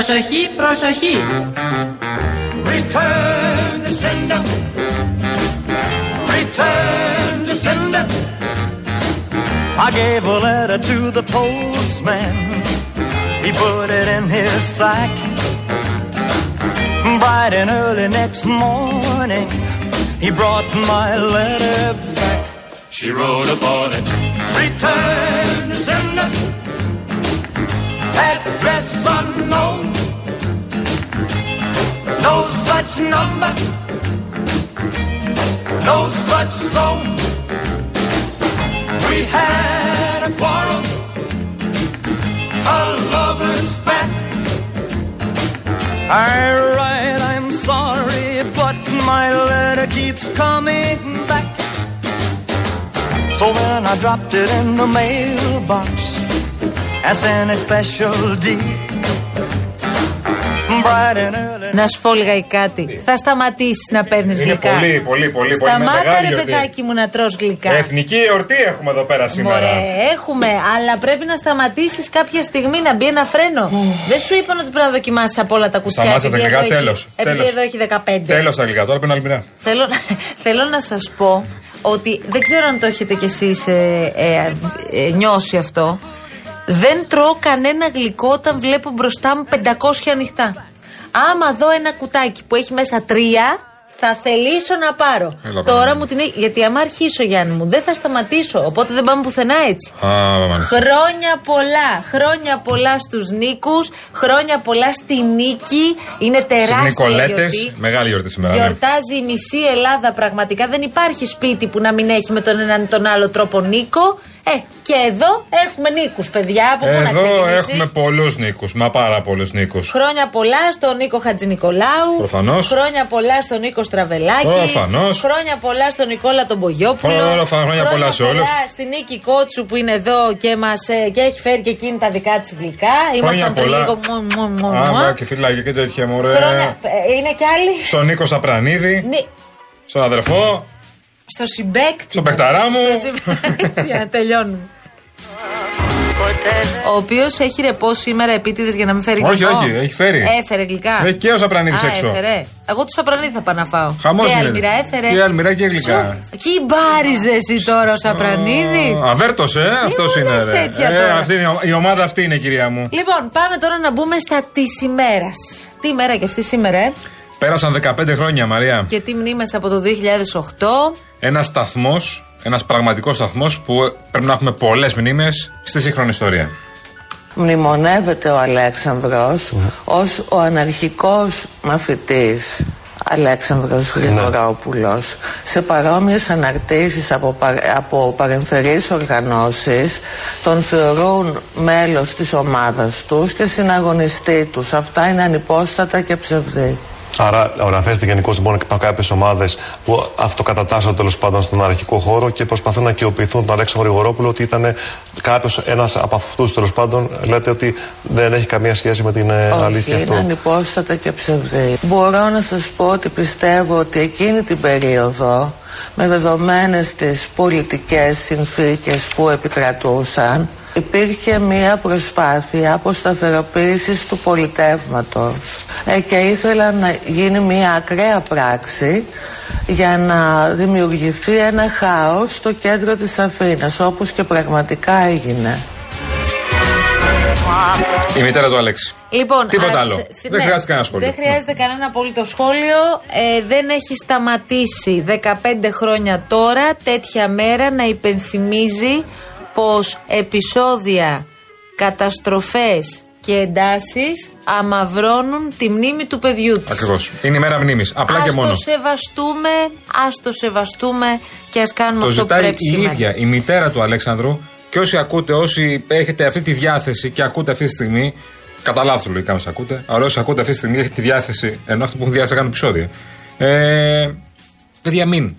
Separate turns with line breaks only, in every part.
Προσοχή, προσοχή.
Return to sender. Return to sender. I gave a letter to the postman. He put it in his sack. Bright and early next morning, he brought my letter back. She wrote upon it. Return to sender. Address unknown. No such number. No such zone. We had a quarrel. A lover's spat. I write, I'm sorry, but my letter keeps coming back. So when I dropped it in the mailbox, as in a special deed, bright and early.
Να σου πω λίγα κάτι. Θα σταματήσεις να παίρνεις
Ναι. Είναι
γλυκά.
πολύ, πολύ, πολύ, πολύ
Σταμάτα,
μεγάλη
ρε
γιορτή.
παιδάκι μου, να τρως γλυκά.
Εθνική εορτή έχουμε εδώ πέρα σήμερα.
Μωρέ, έχουμε, αλλά πρέπει να σταματήσεις κάποια στιγμή να μπει ένα φρένο. Δεν σου είπαν ότι πρέπει να δοκιμάσεις από όλα τα κουστιά.
Σταμάτησα τα
επειδή
γλυκά,
εδώ έχει-
τέλος,
Επειδή
τέλος.
εδώ έχει 15.
Τέλος τα γλυκά, τώρα πρέπει να λυμπηρά.
Θέλω, θέλω να σας πω ότι δεν ξέρω αν το έχετε κι εσείς ε, ε, ε, νιώσει αυτό. Δεν τρώω κανένα γλυκό όταν βλέπω μπροστά μου 500 ανοιχτά. Άμα δω ένα κουτάκι που έχει μέσα τρία, θα θελήσω να πάρω.
Έλα,
Τώρα
Παναγία.
μου την. έ- Γιατί άμα αρχίσω, Γιάννη μου, δεν θα σταματήσω. Οπότε δεν πάμε πουθενά έτσι.
Α, μαμάνε.
Χρόνια πολλά, χρόνια πολλά στους Νίκους, χρόνια πολλά στη Νίκη. Είναι
Στι
τεράστια
Νικολέτες,
γιορτή.
μεγάλη γιορτή σήμερα. ναι.
Γιορτάζει η μισή Ελλάδα πραγματικά. Δεν υπάρχει σπίτι που να μην έχει με τον έναν ή τον άλλο τρόπο Νίκο. Ε, και εδώ έχουμε Νίκους, παιδιά. Από πού να
Εδώ
ξεκινήσεις.
έχουμε πολλούς νίκους, μα πάρα πολλούς νίκους.
Χρόνια πολλά στον Νίκο Χατζηνικολάου.
Προφανώς.
Χρόνια πολλά στον Νίκο Στραβελάκη.
Προφανώς.
Χρόνια πολλά στον Νικόλα τον Πογιόπουλο.
Προφανώς, χρόνια πολλά σε όλους.
στην Νίκη Κότσου που είναι εδώ και, μας, ε, και έχει φέρει και εκείνη τα δικά της γλυκά. Ήμασταν πριν λίγο. μου, μου, μου, μου.
Άμα και φυλάκια και τέτοια μωρέ.
Χρόνια. ε, Είναι κι άλλοι.
Στον Νίκο Σαπρανίδη,
Νι-
στον αδερφό,
Στο συμπέκτη.
στον παιχταρά μου.
Στο συμπέκτη. Για να τελειώνουμε. Ο οποίος έχει ρεπό σήμερα επίτηδες για να μην φέρει
Όχι,
γλυκό.
όχι, έχει φέρει.
Έφερε γλυκά.
Έχει και ο Σαπρανίδης
Α,
έξω.
Έφερε. Εγώ του Σαπρανίδη θα πάω να φάω.
Χαμός
Και η Αλμυρά έφερε.
Και Αλμυρά και γλυκά.
Κι μπάριζε εσύ τώρα ο Σαπρανίδη.
Αβέρτος, ε, αυτός
μου
είναι.
λες
ρε.
τέτοια
Ε,
τώρα.
αυτή είναι η ο- η ομάδα αυτή είναι, κυρία μου.
Λοιπόν, πάμε τώρα να μπούμε στα της ημέρας. Τι ημέρα και αυτή σήμερα, ε.
Πέρασαν 15 χρόνια, Μαρία.
Και τι μνήμες από το 2008.
Ένας σταθμός, ένας πραγματικός σταθμός που πρέπει να έχουμε πολλές μνήμες στη σύγχρονη ιστορία.
Μνημονεύεται ο Αλέξανδρος ως ο αναρχικός μαθητής Αλέξανδρος Γρηγορόπουλος σε παρόμοιες αναρτήσεις από, πα- από παρεμφερείς οργανώσεις τον θεωρούν μέλος της ομάδας τους και συναγωνιστή τους. Αυτά είναι ανυπόστατα και ψευδή.
Άρα, αναφέρεστε γενικώ λοιπόν από κάποιες ομάδες που αυτοκατατάσσονται τέλος πάντων στον αρχικό χώρο και προσπαθούν να κοιοποιηθούν τον Αλέξανδρο Γρηγορόπουλο ότι ήταν κάποιος, ένας από αυτούς τέλος πάντων. Λέτε ότι δεν έχει καμία σχέση με την ε,
Όχι,
αλήθεια
είναι
αυτό.
ανυπόστατα και ψευδή. Μπορώ να σας πω ότι πιστεύω ότι εκείνη την περίοδο, με δεδομένες τις πολιτικές συνθήκες που επικρατούσαν, υπήρχε μία προσπάθεια αποσταθεροποίησης του πολιτεύματος ε, και ήθελα να γίνει μία ακραία πράξη για να δημιουργηθεί ένα χάος στο κέντρο της Αθήνας, όπως και πραγματικά έγινε.
Η μητέρα του Αλέξη.
Λοιπόν,
Τίποτα
ας-
άλλο.
θ-
Δεν χρειάζεται κανένα σχόλιο.
Δεν χρειάζεται κανένα απόλυτο σχόλιο. Ε, δεν έχει σταματήσει 15 χρόνια τώρα τέτοια μέρα να υπενθυμίζει πως επεισόδια, καταστροφές και εντάσεις αμαυρώνουν τη μνήμη του παιδιού της.
Ακριβώς. Είναι η μέρα μνήμης. Απλά και
Ας
μόνο.
το σεβαστούμε, ας το σεβαστούμε και ας κάνουμε
Το
αυτό που
ζητάει
πρέπει
η
σήμερα.
ίδια η μητέρα του Αλέξανδρου και όσοι ακούτε, όσοι έχετε αυτή τη διάθεση και ακούτε αυτή τη στιγμή. Κατά λάθος λογικά μας ακούτε. Αλλά όσοι ακούτε αυτή τη στιγμή έχετε τη διάθεση. Ενώ αυτό που έχουν διάθεση να κάνουν επεισόδια. Ε, παιδιά, μην.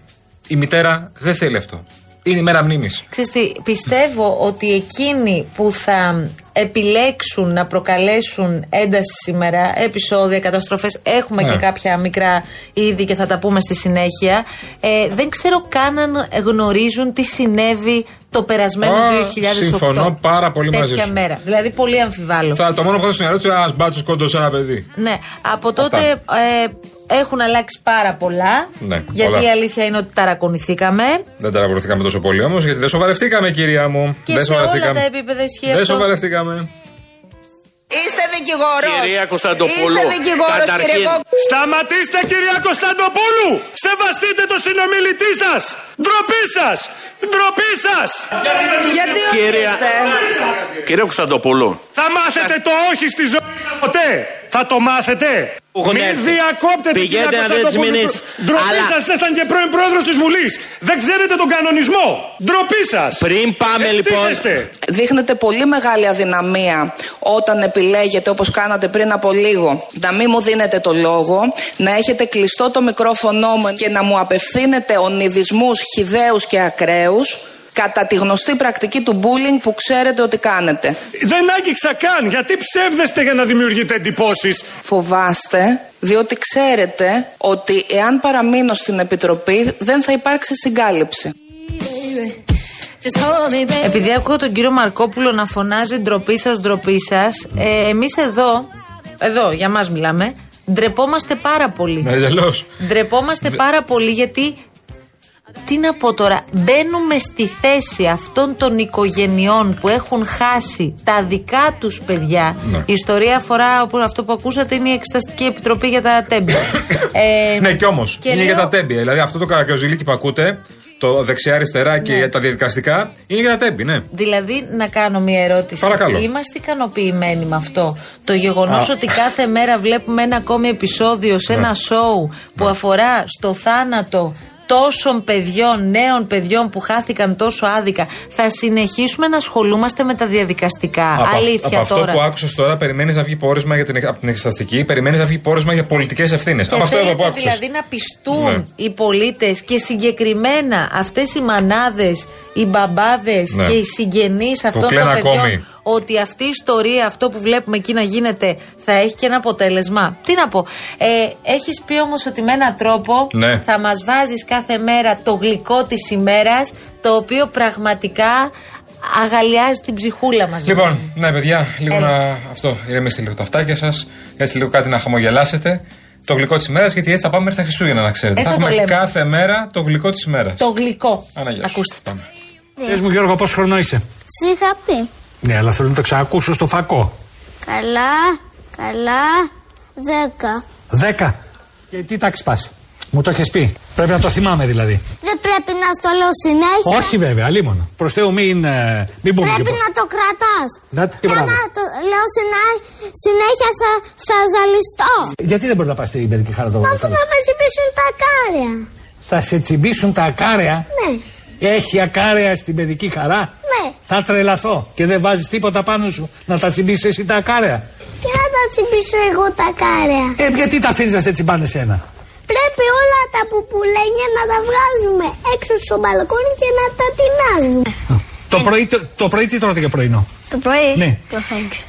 Η μητέρα δεν θέλει αυτό. Είναι η μέρα μνήμης.
Ξέρεις τι, πιστεύω ότι εκείνοι που θα επιλέξουν να προκαλέσουν ένταση σήμερα, επεισόδια, καταστροφές, έχουμε
Ναι.
και κάποια μικρά είδη και θα τα πούμε στη συνέχεια, ε, δεν ξέρω καν αν γνωρίζουν τι συνέβη το περασμένο
Α,
2008.
συμφωνώ πάρα πολύ
τέτοια
μαζί σου.
μέρα. Δηλαδή πολύ αμφιβάλλω.
Θα, το μόνο που θα στο μυαλό του είναι ένα μπάτσο κόντο σε ένα παιδί.
Ναι, από
Αυτά.
τότε ε, έχουν αλλάξει πάρα πολλά.
Ναι,
γιατί
πολλά.
η αλήθεια είναι ότι ταρακονηθήκαμε.
Δεν ταραβοληθήκαμε τόσο πολύ όμως, γιατί δεν σοβαρευτήκαμε, κυρία μου.
Και
δεν
σε όλα
σοβαρευτήκαμε.
τα επίπεδα ισχύει
Δεν
αυτό.
σοβαρευτήκαμε.
Είστε δικηγόρος.
Κυρία Κωνσταντοπούλου,
Είστε δικηγόρος, κύριε
καταρχήν,
Κόκκου.
Σταματήστε κυρία Κωνσταντοπούλου! Σεβαστείτε το συνομιλητή σας! Ντροπή σας! Ντροπή σας!
Γιατί
Κυρία-
ορίστε.
Κύριε Κωνσταντοπούλου,
Θα μάθετε το όχι στη ζωή σας ποτέ! Θα το μάθετε!
Έχουν
Μην
έρθει.
διακόπτετε την
Πηγαίνετε να δείτε τις μηνύσεις.
Ντροπή
Αλλά-
σας ήσασταν και πρώην πρόεδρος της Βουλής! Δεν ξέρετε τον κανονισμό! Ντροπή σας!
πριν πάμε λοιπόν.
Ευτύχεστε.
Δείχνετε πολύ μεγάλη αδυναμία όταν επιλέγετε, όπως κάνατε πριν από λίγο, να μην μου δίνετε το λόγο, να έχετε κλειστό το μικρόφωνο μου και να μου απευθύνετε ονειδισμούς χιδαίους και ακραίους κατά τη γνωστή πρακτική του bullying που ξέρετε ότι κάνετε.
Δεν άγγιξα καν! Γιατί ψεύδεστε για να δημιουργείτε εντυπώσεις!
Φοβάστε, διότι ξέρετε ότι εάν παραμείνω στην Επιτροπή δεν θα υπάρξει συγκάλυψη.
Επειδή ακούω τον κύριο Μαρκόπουλο να φωνάζει ντροπή σας, ντροπή σας, ε, εμείς εδώ, εδώ για μας μιλάμε, ντρεπόμαστε πάρα πολύ.
Ναι, τελώ.
Ντρεπόμαστε πάρα πολύ γιατί. Τι να πω τώρα, μπαίνουμε στη θέση αυτών των οικογενειών που έχουν χάσει τα δικά τους παιδιά.
Ναι.
Η ιστορία αφορά, όπως αυτό που ακούσατε, είναι η Εξεταστική Επιτροπή για τα Τέμπια. ε,
Ναι, κι όμως. Είναι
λέω-
για τα τέμπη. Δηλαδή αυτό το καραγκιόζιλικι που ακούτε, το δεξιά-αριστερά και
Ναι.
τα διαδικαστικά, είναι για τα τέμπη, ναι.
Δηλαδή, να κάνω μια ερώτηση.
Παρακαλώ.
Είμαστε ικανοποιημένοι με αυτό. Το γεγονός
Α. Ναι.
ότι κάθε μέρα βλέπουμε ένα ακόμη επεισόδιο σε ένα σοου που αφορά στο θάνατο τόσων παιδιών, νέων παιδιών που χάθηκαν τόσο άδικα. Θα συνεχίσουμε να ασχολούμαστε με τα διαδικαστικά.
Από, αυ-
Αλήθεια
από
τώρα.
αυτό που άκουσες τώρα, περιμένεις να βγει πόρισμα για την, από την εξεταστική, περιμένεις να βγει πόρισμα για πολιτικές ευθύνες.
Και
Από αυτό εδώ
Ε, θέλετε
που άκουσες.
δηλαδή να πιστούν
Ναι.
οι πολίτες και συγκεκριμένα αυτές οι μανάδες, οι μπαμπάδες
Ναι.
και οι συγγενείς αυτών των
κλαίνε
παιδιών
ακόμη.
ότι αυτή η ιστορία, αυτό που βλέπουμε εκεί να γίνεται θα έχει και ένα αποτέλεσμα. Τι να πω, ε, έχεις πει όμως ότι με έναν τρόπο
Ναι.
θα μας βάζεις κάθε μέρα το γλυκό της ημέρας το οποίο πραγματικά αγαλιάζει την ψυχούλα μας.
Λοιπόν, ναι, παιδιά, λίγο
Έλα.
να. Αυτό, ηρεμήστε λίγο τα αυτάκια σας. Έτσι λίγο κάτι να χαμογελάσετε. Το γλυκό της ημέρας, γιατί έτσι θα πάμε μέχρι τα Χριστούγεννα, να ξέρετε.
Ε, θα το
έχουμε
λέμε.
κάθε μέρα το γλυκό της ημέρας.
Το γλυκό.
Αναγιά. σου.
Ακούστε.
Πάμε.
Πες μου Γιώργο πόσο χρόνο είσαι.
Σ' είχα πει.
Ναι, αλλά θέλω να το ξανακούσω στο φακό.
Καλά, καλά, δέκα.
Δέκα. Και τι τάξη πας. Μου το έχεις πει. Πρέπει να το θυμάμαι δηλαδή.
Δεν πρέπει να στο λέω συνέχεια.
Όχι βέβαια, αλίμονα. Προς Θεού μην, ε, μην πούμε
Πρέπει
λοιπόν.
να το κρατάς.
Να- τι
Και άμα
μπράβο.
το λέω συνά- συνέχεια θα, θα ζαλιστώ.
Γιατί δεν μπορεί να πας στην παιδική χαρά το
Αφού θα με ζητήσουν τα κάρια.
Θα σε τσιμπήσουν τα ακάραια.
Ναι,
Έχει ακάραια στην παιδική χαρά.
ναι.
Θα τρελαθώ και δεν βάζεις τίποτα πάνω σου να τα τσιμπήσεις εσύ τα ακάραια.
Τι να τα τσιμπήσω εγώ τα κάρια.
Ε, γιατί τα αφήνεις να σε τσιμπάνε σένα.
Πρέπει όλα τα πουπουλένια να τα βγάζουμε έξω στο μπαλκόνι και να τα τεινάζουμε.
Το πρωί, το, το πρωί τι τρώτε για πρωινό.
Ε. Το πρωί.
Ναι.
Κλωφέξ.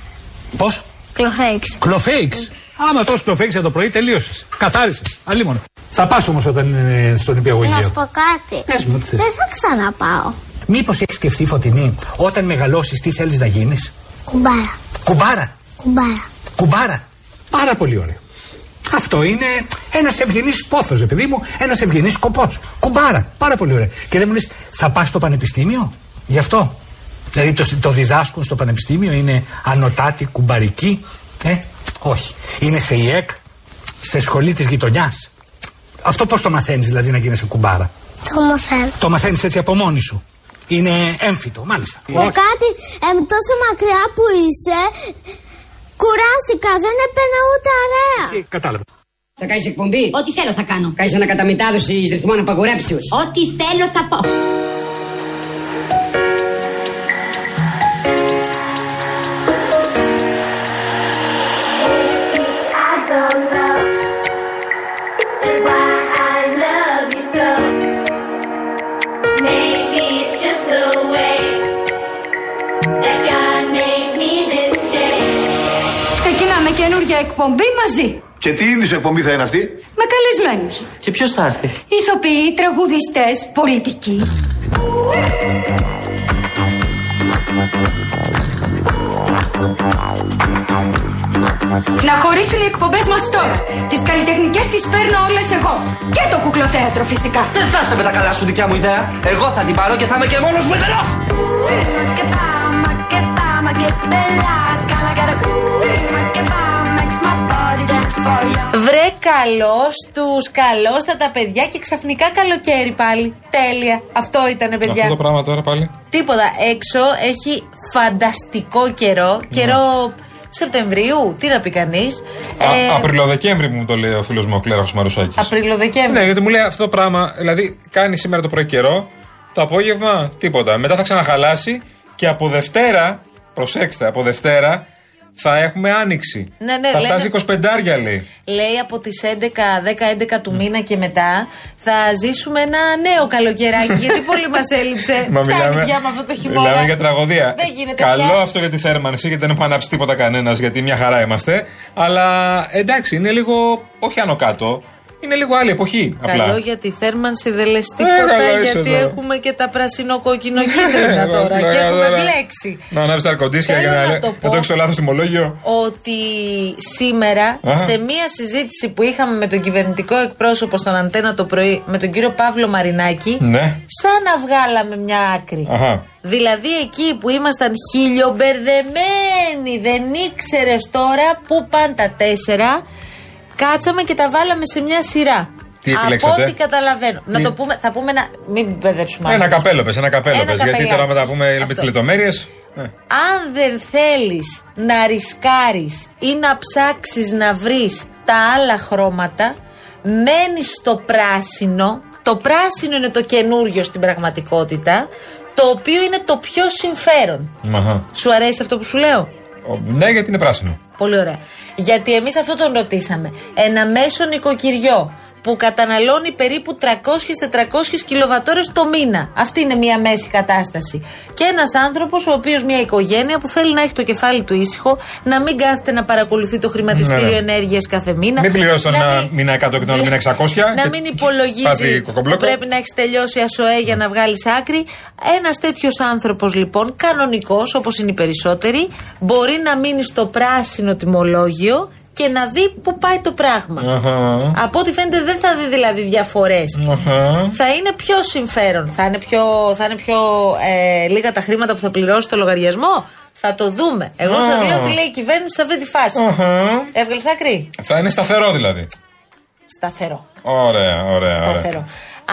Πώς?
Κλωφέξ. Ε.
Κλοφέιξ. Άμα τρως κλοφέιξ για το πρωί, τελείωσες. Καθάρισες. Αλίμονο. Θα πα όμως όταν είναι στον
Να σου
υπηαγωγείο.
πω κάτι.
Πες μου, τι θες.
Δεν θα ξαναπάω.
Μήπως έχεις σκεφτεί φωτεινή, όταν μεγαλώσεις, τι θέλεις να γίνεις.
Κουμπάρα.
Κουμπάρα.
Κουμπάρα.
Κουμπάρα. Πάρα πολύ ωραίο. Αυτό είναι ένας ευγενής πόθος, παιδί μου, ένας ευγενής σκοπός. Κουμπάρα. Πάρα πολύ ωραίο. Και δεν μου λες, θα πας στο πανεπιστήμιο γι' αυτό. Δηλαδή το, το διδάσκουν στο πανεπιστήμιο, είναι ανωτάτη, κουμπαρική. Ε, όχι. Είναι σε ΙΕΚ, σε σχολή της γειτονιάς. Αυτό πώς το μαθαίνεις δηλαδή να γίνεσαι κουμπάρα.
Το μου φέρνει.
Το μαθαίνεις έτσι από μόνη σου. Είναι έμφυτο, μάλιστα.
Με κάτι εμ, τόσο μακριά που είσαι, κουράστηκα, δεν έπαιρνα ούτε αρέα.
Εσύ, Κατάλαβα.
Θα κάνεις εκπομπή.
Ό,τι θέλω θα κάνω.
Κάνεις ανακαταμετάδοση ρυθμών απαγορέψεως.
Ό,τι θέλω θα πω.
Ξεκινάμε καινούργια εκπομπή μαζί,
Και τι είδους εκπομπή θα είναι αυτή.
με καλεσμένους.
Και ποιος θα έρθει.
Ηθοποιοί, τραγουδιστές, πολιτικοί.
Να χωρίσουν οι εκπομπές μας τώρα. Τις καλλιτεχνικές τις παίρνω όλες εγώ. Και το κουκλοθέατρο φυσικά.
Δεν θα σε με τα καλά σου δικιά μου ιδέα. Εγώ θα την πάρω και θα είμαι και μόνος μου εντελώς.
Και πάμε, και πάμε, και μπελά. Καλά, καλά. Και πάμε, makes my body dance for you.
Βρε καλός τους, καλό στα τα παιδιά και ξαφνικά καλοκαίρι πάλι. Τέλεια. Αυτό ήταν, παιδιά.
Αυτό το πράγμα τώρα πάλι.
Τίποτα. Έξω έχει φανταστικό καιρό. Καιρό Σεπτεμβρίου, τι να πει Ε, κανεί.
Ναι. Α, Απριλοδεκέμβρη μου το λέει ο φίλος μου ο Κλέραχο Μαρουσάκη.
Απριλοδεκέμβρη.
Ναι, γιατί μου λέει αυτό το πράγμα. Δηλαδή, κάνει σήμερα το πρωί καιρό, το απόγευμα τίποτα. Μετά θα ξαναχαλάσει και από Δευτέρα, προσέξτε, από Δευτέρα θα έχουμε άνοιξη.
Ναι, ναι,
θα
λένε-
φτάσει 25 λέει.
Λέει από τις 11, 10-11 του
Ναι.
μήνα και μετά θα ζήσουμε ένα νέο καλοκαιράκι. γιατί πολύ μας έλειψε. Ε, Φτάνει πια με αυτό το χειμώνα.
μιλάμε για τραγωδία.
Δεν γίνεται
Καλό
πια.
αυτό για τη θέρμανση, γιατί δεν έχουμε ανάψει τίποτα κανένας, γιατί μια χαρά είμαστε. Αλλά εντάξει, είναι λίγο. Όχι άνω κάτω. Είναι λίγο άλλη εποχή.
Καλό
απλά. ναι.
για τη θέρμανση δεν λες
καλό
τίποτα
είσαι
γιατί
εδώ.
έχουμε και τα
Ναι,
πρασινο-κόκκινο-κίτρινα
Εγώ
τώρα
πλάκα
και έχουμε
τώρα.
μπλέξει.
Να ανάβεις τα αρκοντήσια
Θέλω
για να,
να
να
το
το,
πω.
το έχεις το λάθος τιμολόγιο.
ότι σήμερα
Α.
σε μία συζήτηση που είχαμε με τον κυβερνητικό εκπρόσωπο στον Αντένα το πρωί με τον κύριο Παύλο Μαρινάκη
Ναι.
σαν να βγάλαμε μια άκρη.
Αχα.
Δηλαδή εκεί που ήμασταν χιλιομπερδεμένοι, δεν ήξερες τώρα που πάνε τα τέσσερα, κάτσαμε και τα βάλαμε σε μια σειρά.
Τι
Από
επιλέξατε?
ό,τι καταλαβαίνω. Να
Τι?
το πούμε, θα πούμε ένα. Μην μπερδέψουμε
Ένα
άλλους.
καπέλο πες, ένα καπέλο
Ένα
πες, Γιατί
καπελάκι.
τώρα μετά πούμε με Ε.
Αυτό.
τις λεπτομέρειες.
Αν δεν θέλεις να ρισκάρεις ή να ψάξεις να βρεις τα άλλα χρώματα, μένεις στο πράσινο. Το πράσινο είναι το καινούριο στην πραγματικότητα, το οποίο είναι το πιο συμφέρον. Σου αρέσει αυτό που σου λέω?
Ναι, γιατί είναι πράσινο.
Πολύ ωραία. Γιατί εμείς αυτό τον ρωτήσαμε. Ένα μέσο νοικοκυριό που καταναλώνει περίπου 300-400 κιλοβατόρες το μήνα. Αυτή είναι μια μέση κατάσταση. Και ένας άνθρωπος, ο οποίος μια οικογένεια που θέλει να έχει το κεφάλι του ήσυχο, να μην κάθεται να παρακολουθεί το χρηματιστήριο
Ναι, ναι.
ενέργειας κάθε μήνα.
Μην πληρώσει τον
να
ένα
μην-
μήνα 100 και τον άλλο μήνα 600.
να
και
μην
πάθει
υπολογίζει
κοκομπλόκο.
που πρέπει να έχεις τελειώσει ασοέ για να βγάλεις άκρη. Ένας τέτοιος άνθρωπος λοιπόν, κανονικός όπως είναι οι περισσότεροι, μπορεί να μείνει στο πράσινο τιμολόγιο και να δει πού πάει το πράγμα.
Αχα. Ναι.
Από ό,τι φαίνεται δεν θα δει δηλαδή διαφορές.
Αχα.
Θα είναι πιο συμφέρον. Θα είναι πιο, θα είναι πιο ε, λίγα τα χρήματα που θα πληρώσει το λογαριασμό. Θα το δούμε. Εγώ
Α.
σας λέω τι λέει η κυβέρνηση σε αυτή τη φάση.
Αχα.
Έβγαλες άκρη.
Θα είναι σταθερό δηλαδή.
Σταθερό.
Ωραία, ωραία. ωραία.
Σταθερό.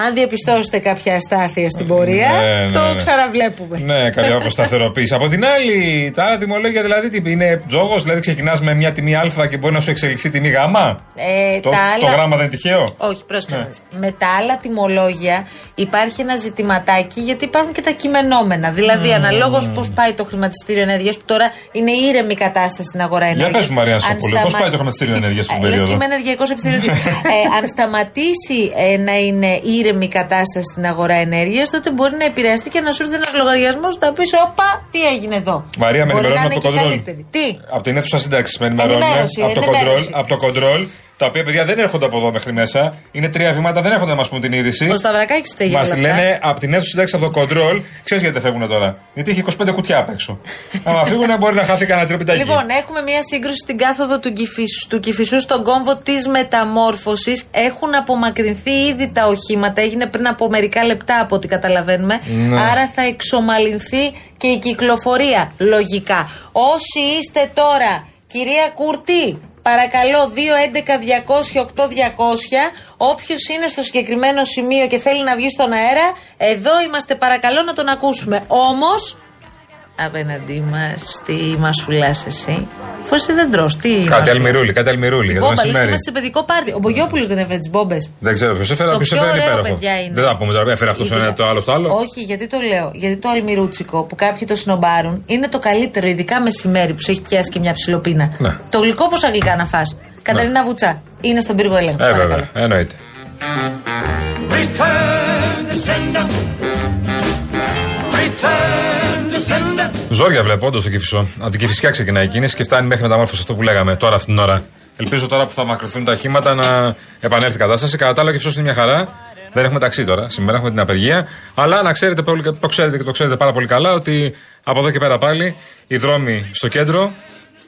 Αν διαπιστώσετε κάποια αστάθεια στην πορεία,
Ναι, ναι,
το
ναι.
ξαναβλέπουμε.
Ναι, κάποια αποσταθεροποίηση. Από την άλλη, τα άλλα τιμολόγια δηλαδή τι είναι τζόγος, δηλαδή ξεκινάς με μια τιμή Α και μπορεί να σου εξελιχθεί τιμή Γ.
Ε,
Το,
τα
το
άλλα...
γράμμα δεν είναι τυχαίο.
Όχι,
Ναι.
πρόσεξε. να δεις. Με τα άλλα τιμολόγια υπάρχει ένα ζητηματάκι γιατί υπάρχουν και τα κειμενόμενα. Δηλαδή,
Mm.
αναλόγως πώς πάει το χρηματιστήριο ενέργειας, που τώρα είναι ήρεμη η κατάσταση στην αγορά
Για
ενέργειας.
πες μου, Μαρία Σοπούλου, πώς πάει το χρηματιστήριο ενέργειας στην
Ε, Λες και
περίοδο. Ναι.
είμαι ενεργειακός επιθεωρητής. ε, αν σταματήσει ε, να είναι ήρεμη η κατάσταση στην αγορά ενέργειας, τότε μπορεί να επηρεαστεί και να σου έρθει ένας λογαριασμός που θα πεις: Όπα, τι έγινε εδώ.
Μαρία, με
Μπορεί να
ενημερώνουν
είναι
από το
και
κοντρόλ.
καλύτερη. Τι.
Από την αίθουσα σύνταξης με ενημερώνουν.
Ενημέρωση,
Από το
ενημέρωση.
κοντρόλ. Από το κοντρόλ. Τα οποία παιδιά δεν έρχονται από εδώ μέχρι μέσα. Είναι τρία βήματα, δεν έρχονται να μας πούν την είδηση.
Ο Σταυρακάκης φταίει για
Μας
όλα
τη
αυτά.
λένε από την αίθουσα σύνταξη από το κοντρόλ. Ξέρεις γιατί δεν φεύγουν τώρα. Γιατί έχει 25 κουτιά απ' έξω. Αν φύγουν, μπορεί να χάθει κανένα τρίπιτακι.
Λοιπόν, έχουμε μία σύγκρουση στην κάθοδο του Κηφισού, του Κηφισού στον κόμβο της μεταμόρφωσης. Έχουν απομακρυνθεί ήδη τα οχήματα. Έγινε πριν από μερικά λεπτά, από ό,τι καταλαβαίνουμε.
Ναι.
Άρα θα εξομαλυνθεί και η κυκλοφορία. Λογικά. Όσοι είστε τώρα, κυρία Κουρτή, παρακαλώ 211-200-8200. Όποιος είναι στο συγκεκριμένο σημείο και θέλει να βγει στον αέρα, εδώ είμαστε παρακαλώ να τον ακούσουμε. Όμως, απέναντί μας, τι μας φουλάς εσύ. Φως δεν τρώ, τι. μας
Κάτι
φουλάς.
αλμυρούλι, κάτι αλμυρούλι. για το
Μπόμπα, λες,
μεσημέρι.
είμαστε σε παιδικό πάρτι. Ο Μπογιόπουλος δεν έφερε τις μπόμπες.
Δεν ξέρω ποιος έφερε,
Το πιο
ποιο έφερε
ωραίο,
υπέροχο.
παιδιά, είναι.
Ε, Δεν θα πούμε τώρα, έφερε αυτός ένα, το άλλο στο άλλο.
Όχι, γιατί το λέω. Γιατί το αλμυρούτσικο που κάποιοι το σνομπάρουν είναι το καλύτερο, ειδικά μεσημέρι που σου έχει πιάσει και μια ψιλοπίνα.
Ναι.
Το γλυκό πόσα γλυκά να φά. Καταρίνα Βουτσά. Είναι στον πύργο ελέγχου.
Ε,
παρακαλώ.
βέβαια, εννοείται.
Return to sender. Return to sender.
Ζόρια βλέπω, όντως το κυφισό. Από την κυφισιά ξεκινάει η κίνηση και φτάνει μέχρι μεταμόρφωση αυτό που λέγαμε τώρα αυτήν την ώρα. Ελπίζω τώρα που θα μακρυθούν τα οχήματα να επανέλθει η κατάσταση. Κατά τα άλλα, ο κυφισό είναι μια χαρά. Δεν έχουμε ταξί τώρα. Σήμερα έχουμε την απεργία. Αλλά να ξέρετε, πολύ- το ξέρετε και το ξέρετε πάρα πολύ καλά ότι από εδώ και πέρα πάλι οι δρόμοι στο κέντρο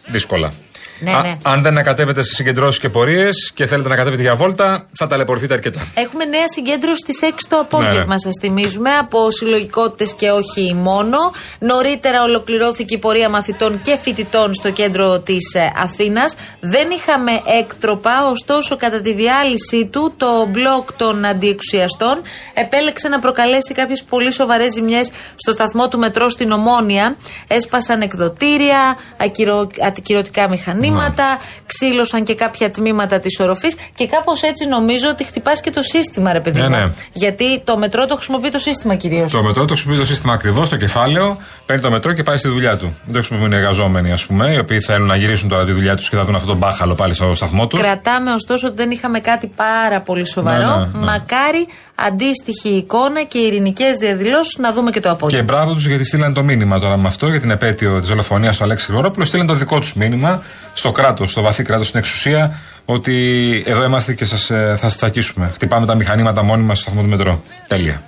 δύσκολα.
Ναι,
Α-
ναι.
αν δεν ανακατεύετε σε συγκεντρώσεις και πορείες και θέλετε να κατέβετε για βόλτα, θα ταλαιπωρηθείτε αρκετά.
Έχουμε νέα συγκέντρωση στις 6 το απόγευμα,
Ναι, ναι.
σας θυμίζουμε, από συλλογικότητες και όχι μόνο. Νωρίτερα ολοκληρώθηκε η πορεία μαθητών και φοιτητών στο κέντρο της Αθήνας. Δεν είχαμε έκτροπα, ωστόσο, κατά τη διάλυση του, το μπλοκ των αντιεξουσιαστών επέλεξε να προκαλέσει κάποιες πολύ σοβαρές ζημιές στο σταθμό του μετρό στην Ομόνια. Έσπασαν εκδοτήρια, ακυρο... αντικυρωτικά μηχανήματα,
Ναι.
ξύλωσαν και κάποια τμήματα της οροφής και κάπως έτσι νομίζω ότι χτυπάς και το σύστημα, ρε παιδί
Ναι,
μου.
ναι.
Γιατί το μετρό το χρησιμοποιεί το σύστημα κυρίως.
Το μετρό το χρησιμοποιεί το σύστημα ακριβώς, το κεφάλαιο, παίρνει το μετρό και πάει στη δουλειά του. Δεν το χρησιμοποιούν οι εργαζόμενοι, ας πούμε, οι οποίοι θέλουν να γυρίσουν τώρα τη δουλειά τους και θα δουν αυτόν τον μπάχαλο πάλι στο σταθμό τους.
Κρατάμε ωστόσο ότι δεν είχαμε κάτι πάρα πολύ σοβαρό.
Ναι, ναι, ναι.
Μακάρι αντίστοιχη εικόνα και ειρηνικές διαδηλώσεις να δούμε και το απόγευμα.
Και μπράβο τους γιατί στείλαν το μήνυμα τώρα με αυτό για την επέτειο της δολοφονίας του Αλέξη Γρηγορόπουλου. Στείλαν το δικό τους μήνυμα στο κράτος, στο βαθύ κράτος, στην εξουσία, ότι εδώ είμαστε και σας, ε, θα σας τσακίσουμε. Χτυπάμε τα μηχανήματα μόνοι μας στο σταθμό του μετρό. Τέλεια.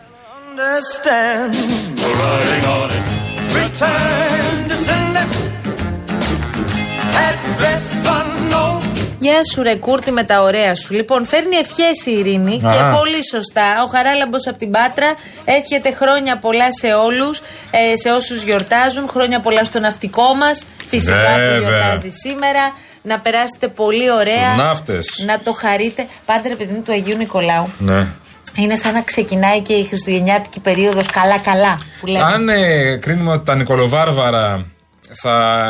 understand. We're riding on it. Return to sender. Address unknown.
Γεια σου, ρε Κούρτη, με τα ωραία σου. Λοιπόν, φέρνει ευχές η Ειρήνη
Α.
και πολύ σωστά. Ο Χαράλαμπος από την Πάτρα εύχεται χρόνια πολλά σε όλους, σε όσους γιορτάζουν. Χρόνια πολλά στο ναυτικό μας. Φυσικά
Βέβαια.
που γιορτάζει σήμερα. Να περάσετε πολύ ωραία.
Στους ναύτες.
Ε, Να το χαρείτε. Πάντρε, επειδή είναι του Αγίου Νικολάου.
Ναι.
Είναι σαν να ξεκινάει και η Χριστουγεννιάτικη περίοδος καλά-καλά. Που λέμε.
Αν ε, κρίνουμε ότι τα Νικολοβάρβαρα θα,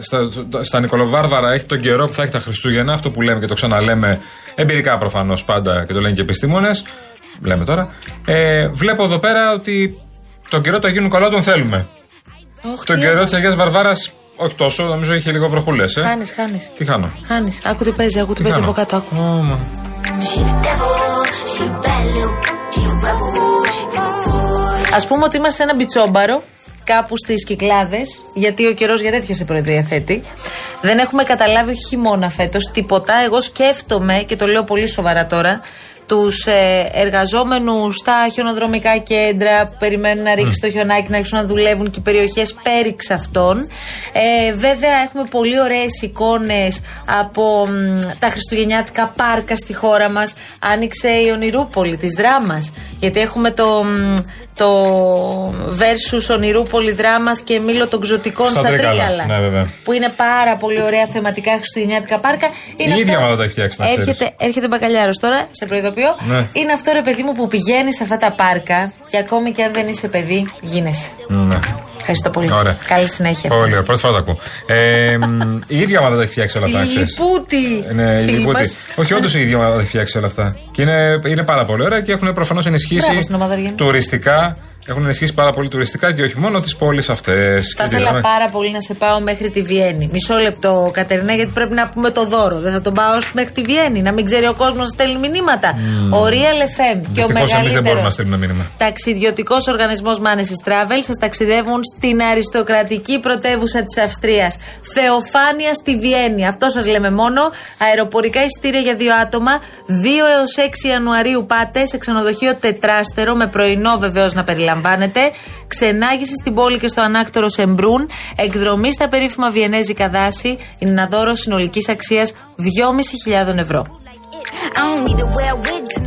στα, στα Νικολοβάρβαρα έχει τον καιρό που θα έχει τα Χριστούγεννα, αυτό που λέμε και το ξαναλέμε εμπειρικά προφανώς πάντα και το λένε και επιστήμονες. Λέμε τώρα. Ε, βλέπω εδώ πέρα ότι τον καιρό του Αγίου Νικολάου τον θέλουμε. τον καιρό της Αγίας Βαρβάρας όχι τόσο, νομίζω είχε λίγο βροχούλες. Ε.
Χάνεις, χάνεις.
Τι χάνω.
Χάνεις. Άκου τι παίζει, άκου τι
Τι
παίζει
κάνω?
από κάτω. Άκου. Ας πούμε ότι είμαστε σε ένα μπιτσόμπαρο κάπου στις κυκλάδες, γιατί ο καιρός για τέτοια σε προδιαθέτει. Δεν έχουμε καταλάβει όχι χειμώνα φέτος τίποτα. Εγώ σκέφτομαι, και το λέω πολύ σοβαρά τώρα, τους εργαζόμενους στα χιονοδρομικά κέντρα που περιμένουν να ρίξει το χιονάκι, να αρχίσουν να δουλεύουν και οι περιοχές πέριξ αυτών. Ε, βέβαια, έχουμε πολύ ωραίες εικόνες από μ, τα χριστουγεννιάτικα πάρκα στη χώρα μας. Άνοιξε η Ονειρούπολη της δράμας. Γιατί έχουμε το, μ, το versus Ονειρούπολη δράμα και μήλο των ξωτικών στα, Τρίκαλα.
Ναι, βέβαια.
Που είναι πάρα πολύ ωραία θεματικά χριστουγεννιάτικα πάρκα. Είναι
Η
αυτό-
ίδια ομάδα τα έχει φτιάξει, να ξέρεις.
Έρχεται, έρχεται μπακαλιάρος τώρα, σε προειδοποιώ.
Ναι.
Είναι αυτό ρε παιδί μου που πηγαίνεις σε αυτά τα πάρκα και ακόμη και αν δεν είσαι παιδί, γίνεσαι.
Ναι.
Ευχαριστώ πολύ.
Ωραία.
Καλή συνέχεια.
Πολύ ωραία, πρώτη φορά το ακούω. Ε, μ, η ίδια ομάδα τα έχει φτιάξει όλα
Η
αυτά, ξέρεις.
Λιπούτη.
Ναι, η
φίλη
Λιπούτη.
μας.
Όχι, όντως η ίδια ομάδα έχει φτιάξει όλα αυτά. Και είναι, είναι πάρα πολύ ωραία και έχουν προφανώς ενισχύσει
Μπράβο στην ομάδα, Αργένη.
τουριστικά. Έχουν ενισχύσει πάρα πολύ τουριστικά και όχι μόνο τις πόλεις αυτές.
Θα ήθελα πάρα πολύ να σε πάω μέχρι τη Βιέννη. Μισό λεπτό, Κατερινά, γιατί πρέπει να πούμε το δώρο. Δεν θα τον πάω ως- μέχρι τη Βιέννη, να μην ξέρει ο κόσμος να στέλνει μηνύματα. Ο Real FM και ο
Δυστυχώς εμείς δεν μπορούμε να
μεγαλύτερος
στείλουμε μήνυμα.
ταξιδιωτικός οργανισμός Manes Travel σας ταξιδεύουν στην αριστοκρατική πρωτεύουσα της Αυστρίας. Θεοφάνεια στη Βιέννη. Αυτό σας λέμε μόνο. Αεροπορικά εισιτήρια για δύο άτομα. 2 έω 6 Ιανουαρίου πάτε σε ξενοδοχείο τετράστερο με πρωινό βεβαίως να περιλαμβάνετε. Ξενάγηση στην πόλη και στο ανάκτορο Σεμπρούν. Εκδρομή στα περίφημα Βιενέζικα δάση. Είναι ένα δώρο συνολικής αξίας 2.500 ευρώ.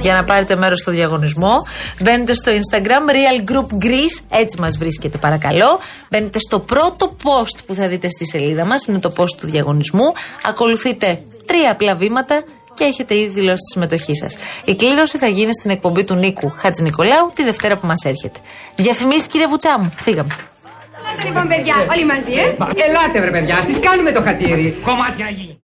Για να πάρετε μέρος στο διαγωνισμό, μπαίνετε στο Instagram Real Group Greece, έτσι μας βρίσκεται παρακαλώ. Μπαίνετε στο πρώτο post που θα δείτε στη σελίδα μας, είναι το post του διαγωνισμού. Ακολουθείτε τρία απλά βήματα και έχετε ήδη δηλώσει τη συμμετοχή σας. Η κλήρωση θα γίνει στην εκπομπή του Νίκου Χατζη Νικολάου τη Δευτέρα που μας έρχεται. Διαφημίσεις, κύριε Βουτσά μου. Φύγαμε.
Λοιπόν, παιδιά, όλοι μαζί, ε.
Ελάτε βρε παιδιά, στις κάνουμε το χατήρι.
Κομμάτια γίνει.